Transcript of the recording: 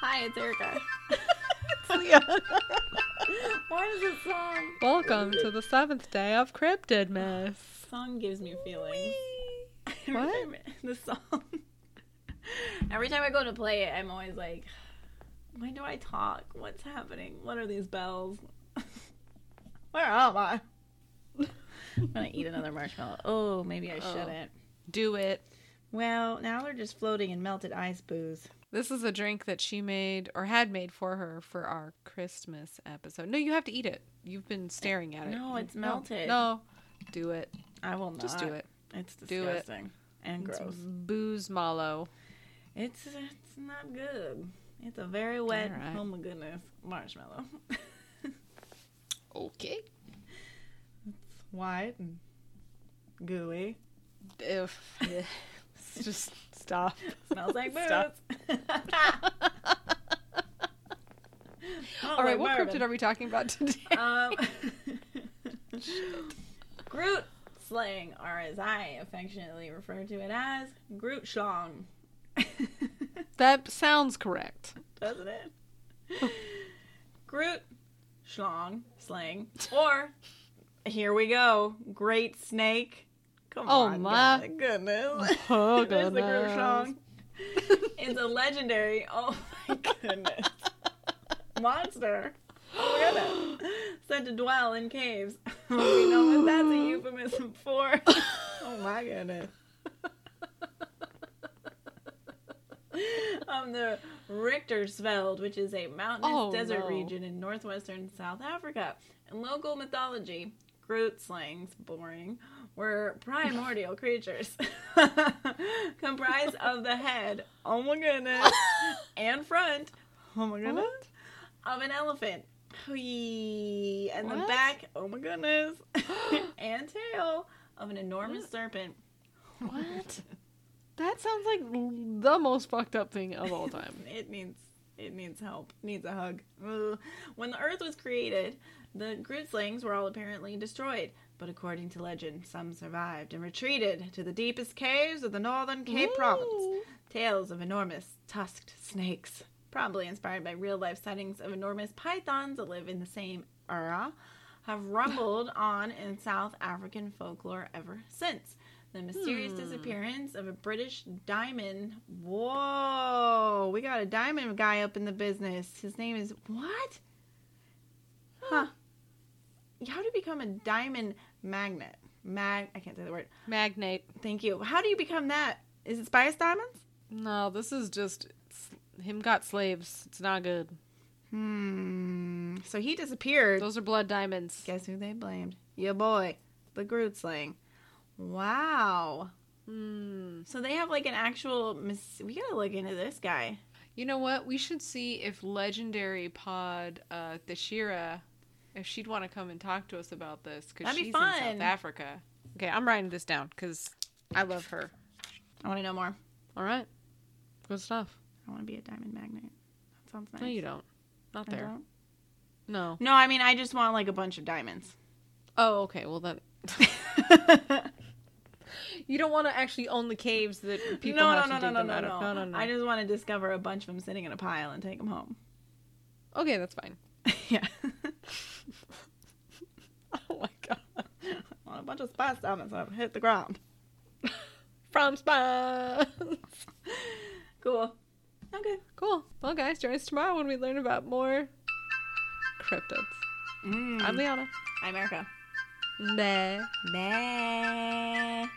Hi, it's Erica. Leon. Why does this song? Welcome to the seventh day of Cryptid Miss. Song gives me feelings. Every What? time I- The song. Every time I go to play it, I'm always like, "Why do I talk? What's happening? What are these bells? Where am I?" I'm gonna eat another marshmallow. Oh, maybe I Oh. shouldn't. Do it. Well, now they're just floating in melted ice booze. This is a drink that she made or had made for her for our Christmas episode. No, you have to eat it. You've been staring at it. No, it's melted. No, do it. I will not. Just do it. It's Do it. disgusting and It's gross. booze mallow. It's it's not good. It's a very wet, All right. oh my goodness, marshmallow. Okay. White and gooey. If just stop. Smells like booze. Stop. Smells All like right, what cryptid bourbon. are we talking about today? Um, Groot slaying, or as I affectionately refer to it as, Groot Schlong. that sounds correct. Doesn't it? Groot Schlong slaying, or here we go, Great Snake. Come Oh, on, my God- goodness. Oh, There's the Groot goodness. Schlong. It's a legendary. Oh my goodness. monster. Oh my goodness. Said to dwell in caves. we know what that's a euphemism for. oh my goodness. um, the Richtersveld, which is a mountainous Oh, desert no. region in northwestern South Africa. In local mythology, Groot slangs, boring, were primordial creatures comprised of the head, oh my goodness, and front, oh my goodness, What? of an elephant. Whee! And the What? back, oh my goodness, and tail of an enormous serpent. What? That sounds like l- the most fucked up thing of all time. It needs it needs help. Needs a hug. Ugh. When the Earth was created, the Grizzlings were all apparently destroyed. But according to legend, some survived and retreated to the deepest caves of the northern Cape Province. Ooh. Tales of enormous tusked snakes, probably inspired by real life sightings of enormous pythons that live in the same era, have rumbled on in South African folklore ever since. The mysterious disappearance of a British diamond. Whoa, we got a diamond guy up in the business. His name is what? Huh. How do you become a diamond magnet? Mag. I can't say the word. Magnate. Thank you. How do you become that? Is it spice diamonds? No, this is just s- him got slaves. It's not good. Hmm. So he disappeared. Those are blood diamonds. Guess who they blamed? Your boy, the Groot slang. Wow. Hmm. So they have like an actual. Mis- we gotta look into this guy. You know what? We should see if legendary pod uh, Thashira, if she'd want to come and talk to us about this because That'd be she's in fun. South Africa. Okay, I'm writing this down because I love her. I want to know more. All right, good stuff. I want to be a diamond magnet. That sounds nice. No, you don't. Not I there. don't? No. No, I mean I just want like a bunch of diamonds. Oh, okay. Well then. You don't want to actually own the caves that people no, have no, no, no, to dig no, them no, out no, of. No, no, no. I just want to discover a bunch of them sitting in a pile and take them home. Okay, that's fine. yeah. Oh my god. I want a bunch of spice diamonds that hit the ground. From Spain. Cool. Okay. cool. Well, guys, join us tomorrow when we learn about more cryptids. Mm. I'm Liana. America. Nah. Bye.